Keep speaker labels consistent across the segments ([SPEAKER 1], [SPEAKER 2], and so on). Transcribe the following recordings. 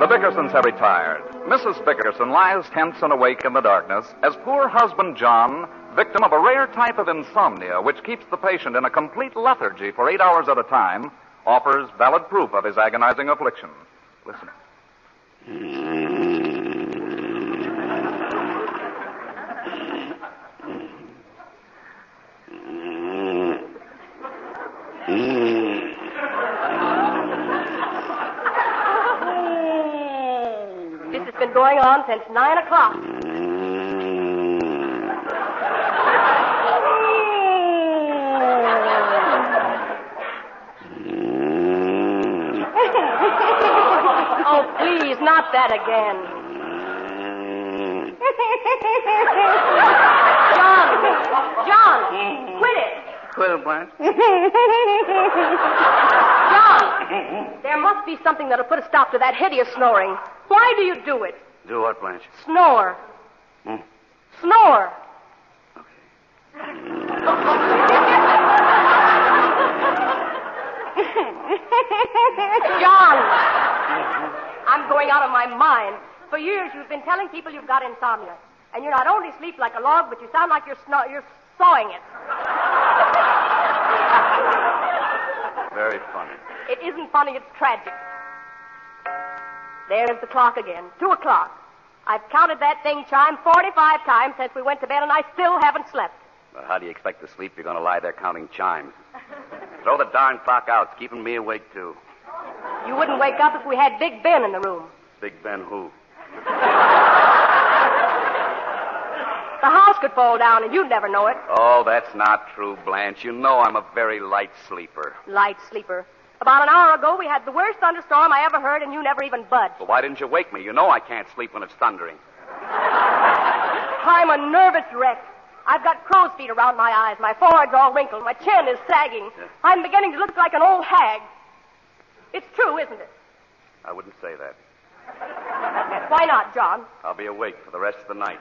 [SPEAKER 1] The Bickersons have retired. Mrs. Bickerson lies tense and awake in the darkness as poor husband John, victim of a rare type of insomnia which keeps the patient in a complete lethargy for eight hours at a time, offers valid proof of his agonizing affliction. Listen.
[SPEAKER 2] This has been going on since nine o'clock. oh, please, not that again. John, John, quit it.
[SPEAKER 3] Well, what?
[SPEAKER 2] John, there must be something that'll put a stop to that hideous snoring. Why do you do it?
[SPEAKER 3] Do what, Blanche?
[SPEAKER 2] Snore.
[SPEAKER 3] Hmm.
[SPEAKER 2] Snore. John, I'm going out of my mind. For years, you've been telling people you've got insomnia, and you not only sleep like a log, but you sound like you're snor- you're sawing it.
[SPEAKER 3] Very funny.
[SPEAKER 2] It isn't funny, it's tragic. There's the clock again. Two o'clock. I've counted that thing chime 45 times since we went to bed, and I still haven't slept.
[SPEAKER 3] Well, how do you expect to sleep if you're going to lie there counting chimes? Throw the darn clock out. It's keeping me awake, too.
[SPEAKER 2] You wouldn't wake up if we had Big Ben in the room.
[SPEAKER 3] Big Ben who?
[SPEAKER 2] The house could fall down, and you'd never know it.
[SPEAKER 3] Oh, that's not true, Blanche. You know I'm a very light sleeper.
[SPEAKER 2] Light sleeper. About an hour ago, we had the worst thunderstorm I ever heard, and you never even budged.
[SPEAKER 3] But why didn't you wake me? You know I can't sleep when it's thundering.
[SPEAKER 2] I'm a nervous wreck. I've got crow's feet around my eyes. My forehead's all wrinkled. My chin is sagging.
[SPEAKER 3] Yeah.
[SPEAKER 2] I'm beginning to look like an old hag. It's true, isn't it?
[SPEAKER 3] I wouldn't say that.
[SPEAKER 2] Why not, John?
[SPEAKER 3] I'll be awake for the rest of the night.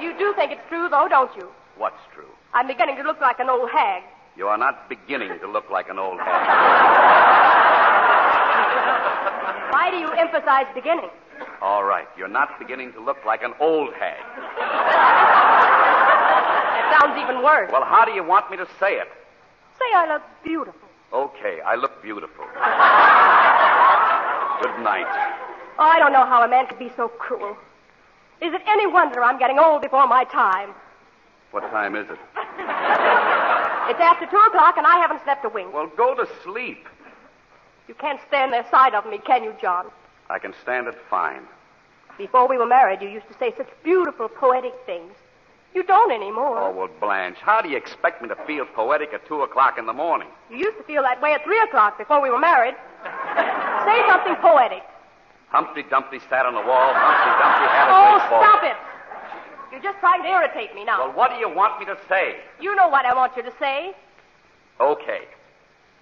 [SPEAKER 2] You do think it's true, though, don't you?
[SPEAKER 3] What's true?
[SPEAKER 2] I'm beginning to look like an old hag.
[SPEAKER 3] You are not beginning to look like an old hag.
[SPEAKER 2] Why do you emphasize beginning?
[SPEAKER 3] All right, you're not beginning to look like an old hag.
[SPEAKER 2] That sounds even worse.
[SPEAKER 3] Well, how do you want me to say it?
[SPEAKER 2] Say I look beautiful.
[SPEAKER 3] Okay, I look beautiful. Good night.
[SPEAKER 2] Oh, I don't know how a man could be so cruel. Is it any wonder I'm getting old before my time?
[SPEAKER 3] What time is it?
[SPEAKER 2] It's after two o'clock and I haven't slept a wink.
[SPEAKER 3] Well, go to sleep.
[SPEAKER 2] You can't stand the sight of me, can you, John?
[SPEAKER 3] I can stand it fine.
[SPEAKER 2] Before we were married, you used to say such beautiful, poetic things. You don't
[SPEAKER 3] Oh,
[SPEAKER 2] anymore.
[SPEAKER 3] well, Blanche, how do you expect me to feel poetic at 2 o'clock in the morning?
[SPEAKER 2] You used to feel that way at three o'clock before we were married. say something poetic.
[SPEAKER 3] Humpty Dumpty sat on the wall. Humpty Dumpty had a
[SPEAKER 2] Oh,
[SPEAKER 3] great fall.
[SPEAKER 2] stop it. You're just trying to irritate me now.
[SPEAKER 3] Well, what do you want me to say?
[SPEAKER 2] You know what I want you to say.
[SPEAKER 3] Okay.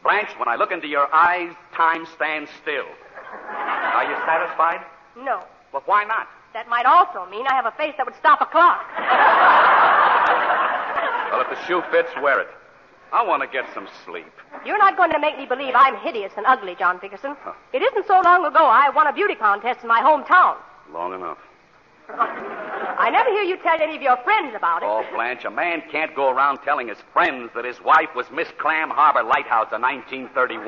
[SPEAKER 3] Blanche, when I look into your eyes, time stands still. Are you satisfied?
[SPEAKER 2] No.
[SPEAKER 3] Well, why not?
[SPEAKER 2] That might also mean I have a face that would stop a clock.
[SPEAKER 3] Well, if the shoe fits, wear it. I want to get some sleep.
[SPEAKER 2] You're not going to make me believe I'm hideous and ugly, John Dickerson. It isn't so long ago I won a beauty contest in my hometown.
[SPEAKER 3] Long enough.
[SPEAKER 2] I never hear you tell any of your friends about it.
[SPEAKER 3] Oh, Blanche, a man can't go around telling his friends that his wife was Miss Clam Harbor Lighthouse in 1931.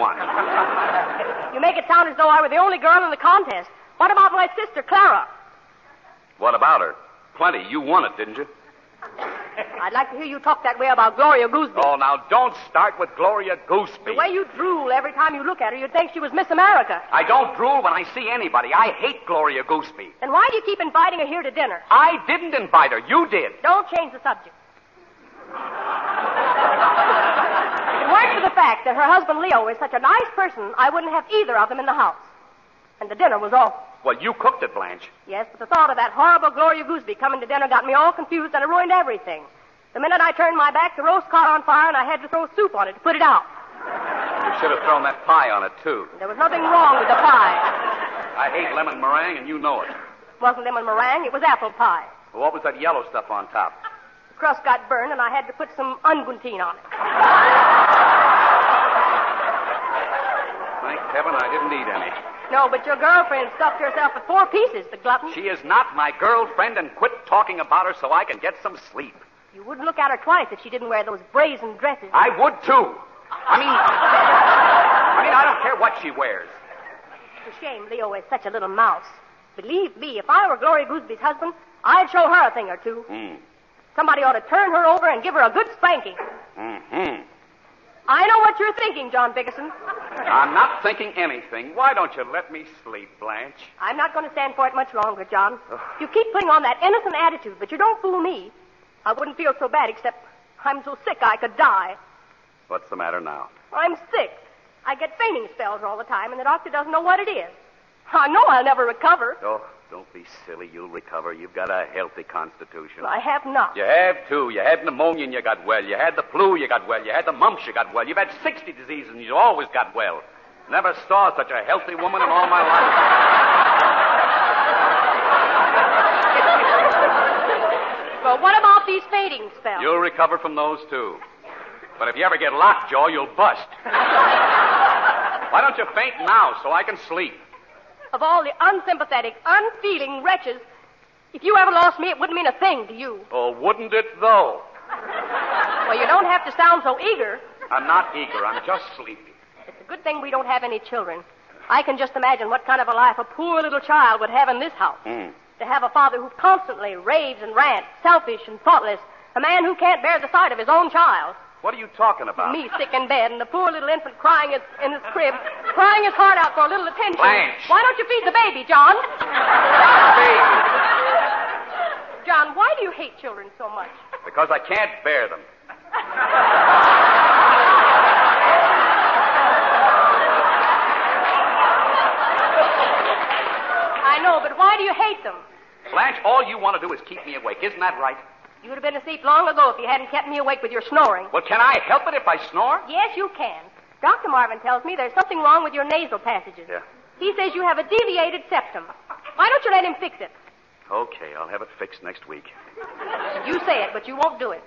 [SPEAKER 2] You make it sound as though I were the only girl in the contest. What about my sister, Clara?
[SPEAKER 3] What about her? Plenty. You won it, didn't you?
[SPEAKER 2] I'd like to hear you talk that way about Gloria Gooseby.
[SPEAKER 3] Oh, now don't start with Gloria Gooseby.
[SPEAKER 2] The way you drool every time you look at her, you'd think she was Miss America.
[SPEAKER 3] I don't drool when I see anybody. I hate Gloria Gooseby.
[SPEAKER 2] Then why do you keep inviting her here to dinner?
[SPEAKER 3] I didn't invite her. You did.
[SPEAKER 2] Don't change the subject. It weren't for the fact that her husband Leo is such a nice person, I wouldn't have either of them in the house. And the dinner was awful.
[SPEAKER 3] Well, you cooked it, Blanche.
[SPEAKER 2] Yes, but the thought of that horrible Gloria Gooseby coming to dinner got me all confused and it ruined everything. The minute I turned my back, the roast caught on fire and I had to throw soup on it to put it out.
[SPEAKER 3] You should have thrown that pie on it, too.
[SPEAKER 2] There was nothing wrong with the pie.
[SPEAKER 3] I hate lemon meringue, and you know it.
[SPEAKER 2] It wasn't lemon meringue, it was apple pie.
[SPEAKER 3] What was that yellow stuff on top?
[SPEAKER 2] The crust got burned and I had to put some unguentine on it.
[SPEAKER 3] heaven, I didn't eat any.
[SPEAKER 2] No, but your girlfriend stuffed herself with four pieces, the glutton.
[SPEAKER 3] She is not my girlfriend, and quit talking about her so I can get some sleep.
[SPEAKER 2] You wouldn't look at her twice if she didn't wear those brazen dresses.
[SPEAKER 3] I would too. I mean, I mean, I don't care what she wears.
[SPEAKER 2] It's a shame Leo is such a little mouse. Believe me, if I were Glory Gooseby's husband, I'd show her a thing or two.
[SPEAKER 3] Hmm.
[SPEAKER 2] Somebody ought to turn her over and give her a good spanking.
[SPEAKER 3] Mm-hmm.
[SPEAKER 2] I know what you're thinking, John Bickerson.
[SPEAKER 3] I'm not thinking anything. Why don't you let me sleep, Blanche?
[SPEAKER 2] I'm not going to stand for it much longer, John. You keep putting on that innocent attitude, but you don't fool me. I wouldn't feel so bad, except I'm so sick I could die.
[SPEAKER 3] What's the matter now?
[SPEAKER 2] I'm sick. I get fainting spells all the time, and the doctor doesn't know what it is. I know I'll never recover.
[SPEAKER 3] Oh, don't be silly. You'll recover. You've got a healthy constitution.
[SPEAKER 2] I have not.
[SPEAKER 3] You have too. You had pneumonia and you got well. You had the flu, you got well. You had the mumps, you got well. You've had 60 diseases and you always got well. Never saw such a healthy woman in all my life.
[SPEAKER 2] Well, what about these fainting spells?
[SPEAKER 3] You'll recover from those too. But if you ever get lockjaw, you'll bust. Why don't you faint now so I can sleep?
[SPEAKER 2] Of all the unsympathetic, unfeeling wretches, if you ever lost me, it wouldn't mean a thing to you.
[SPEAKER 3] Oh, wouldn't it though?
[SPEAKER 2] Well, you don't have to sound so eager.
[SPEAKER 3] I'm not eager. I'm just sleepy.
[SPEAKER 2] It's a good thing we don't have any children. I can just imagine what kind of a life a poor little child would have in this house.
[SPEAKER 3] Hmm.
[SPEAKER 2] To have a father who constantly raves and rants, selfish and thoughtless, a man who can't bear the sight of his own child.
[SPEAKER 3] What are you talking about?
[SPEAKER 2] Me sick in bed and the poor little infant crying his, in his crib, crying his heart out for a little attention.
[SPEAKER 3] Blanche.
[SPEAKER 2] Why don't you feed the baby, John?
[SPEAKER 3] Me.
[SPEAKER 2] John, why do you hate children so much?
[SPEAKER 3] Because I can't bear them.
[SPEAKER 2] I know, but why do you hate them?
[SPEAKER 3] Blanche, all you want to do is keep me awake. Isn't that right?
[SPEAKER 2] You would have been asleep long ago if you hadn't kept me awake with your snoring.
[SPEAKER 3] Well, can I help it if I snore?
[SPEAKER 2] Yes, you can. Dr. Marvin tells me there's something wrong with your nasal passages.
[SPEAKER 3] Yeah.
[SPEAKER 2] He says you have a deviated septum. Why don't you let him fix it?
[SPEAKER 3] Okay, I'll have it fixed next week.
[SPEAKER 2] You say it, but you won't do it.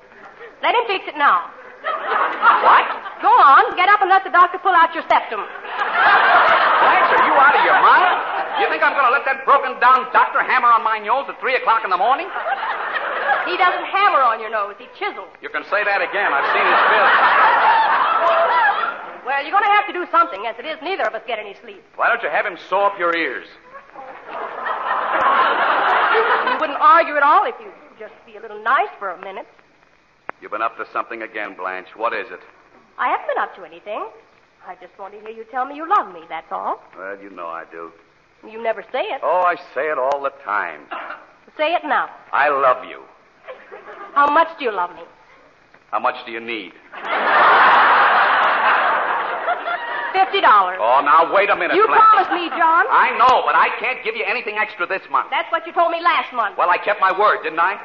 [SPEAKER 2] Let him fix it now.
[SPEAKER 3] What?
[SPEAKER 2] Go on, get up and let the doctor pull out your septum.
[SPEAKER 3] Blanche, are you out of your mind? You think I'm going to let that broken down doctor hammer on my nose at 3 o'clock in the morning?
[SPEAKER 2] He doesn't hammer on your nose, he chisels.
[SPEAKER 3] You can say that again. I've seen his bill.
[SPEAKER 2] Well, you're going to have to do something, as it is neither of us get any sleep.
[SPEAKER 3] Why don't you have him sew up your ears?
[SPEAKER 2] You wouldn't argue at all if you just be a little nice for a minute.
[SPEAKER 3] You've been up to something again, Blanche. What is it?
[SPEAKER 2] I haven't been up to anything. I just want to hear you tell me you love me, that's all.
[SPEAKER 3] Well, you know I do.
[SPEAKER 2] You never say it.
[SPEAKER 3] Oh, I say it all the time.
[SPEAKER 2] Say it now.
[SPEAKER 3] I love you.
[SPEAKER 2] How much do you love me?
[SPEAKER 3] How much do you need?
[SPEAKER 2] Fifty dollars.
[SPEAKER 3] Oh, now wait a minute,
[SPEAKER 2] you
[SPEAKER 3] Blanche.
[SPEAKER 2] promised me, John.
[SPEAKER 3] I know, but I can't give you anything extra this month.
[SPEAKER 2] That's what you told me last month.
[SPEAKER 3] Well, I kept my word, didn't I?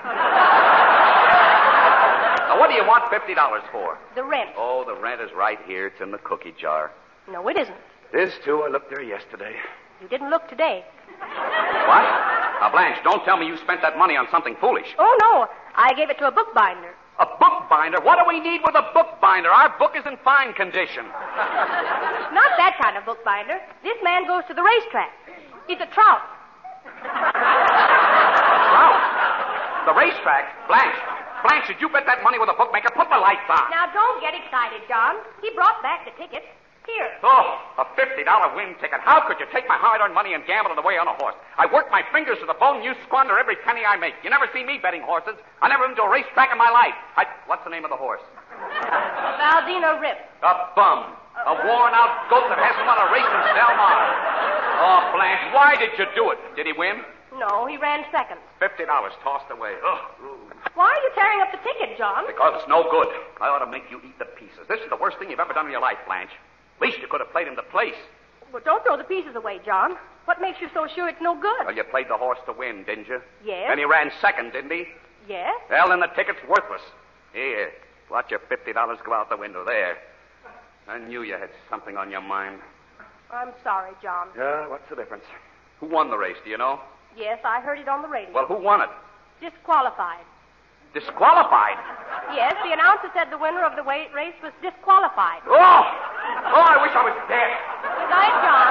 [SPEAKER 3] now, what do you want $50 for?
[SPEAKER 2] The rent.
[SPEAKER 3] Oh, the rent is right here. It's in the cookie jar.
[SPEAKER 2] No, it isn't.
[SPEAKER 3] This, too, I looked there yesterday.
[SPEAKER 2] You didn't look today.
[SPEAKER 3] What? Now, Blanche, don't tell me you spent that money on something foolish.
[SPEAKER 2] Oh no, I gave it to a bookbinder.
[SPEAKER 3] A bookbinder? What do we need with a bookbinder? Our book is in fine condition.
[SPEAKER 2] Not that kind of bookbinder. This man goes to the racetrack. He's a trout.
[SPEAKER 3] Wow. The racetrack? Blanche. Blanche, did you bet that money with a bookmaker? Put the lights on.
[SPEAKER 2] Now don't get excited, John. He brought back the tickets. Here.
[SPEAKER 3] Oh, a fifty dollar win ticket. How could you take my hard earned money and gamble it away on a horse? I work my fingers to the bone and you squander every penny I make. You never see me betting horses. I never been to a racetrack in my life. I what's the name of the horse?
[SPEAKER 2] Valdina Rip.
[SPEAKER 3] A bum. A worn out goat that hasn't won a race since Del Mar. Oh, Blanche, why did you do it? Did he win?
[SPEAKER 2] No, he ran second.
[SPEAKER 3] Fifty dollars tossed away. Ugh.
[SPEAKER 2] Why are you tearing up the ticket, John?
[SPEAKER 3] Because it's no good. I ought to make you eat the pieces. This is the worst thing you've ever done in your life, Blanche. Least you could have played him to place.
[SPEAKER 2] Well, don't throw the pieces away, John. What makes you so sure it's no good?
[SPEAKER 3] Well, you played the horse to win, didn't you?
[SPEAKER 2] Yes.
[SPEAKER 3] And he ran second, didn't he?
[SPEAKER 2] Yes.
[SPEAKER 3] Well, then the ticket's worthless. Here, watch your fifty dollars go out the window there. I knew you had something on your mind.
[SPEAKER 2] I'm sorry, John.
[SPEAKER 3] Yeah, what's the difference? Who won the race? Do you know?
[SPEAKER 2] Yes, I heard it on the radio.
[SPEAKER 3] Well, who won it?
[SPEAKER 2] disqualified.
[SPEAKER 3] Disqualified.
[SPEAKER 2] Yes, the announcer said the winner of the weight race was disqualified.
[SPEAKER 3] Oh, oh! I wish I was dead.
[SPEAKER 2] Good night, John.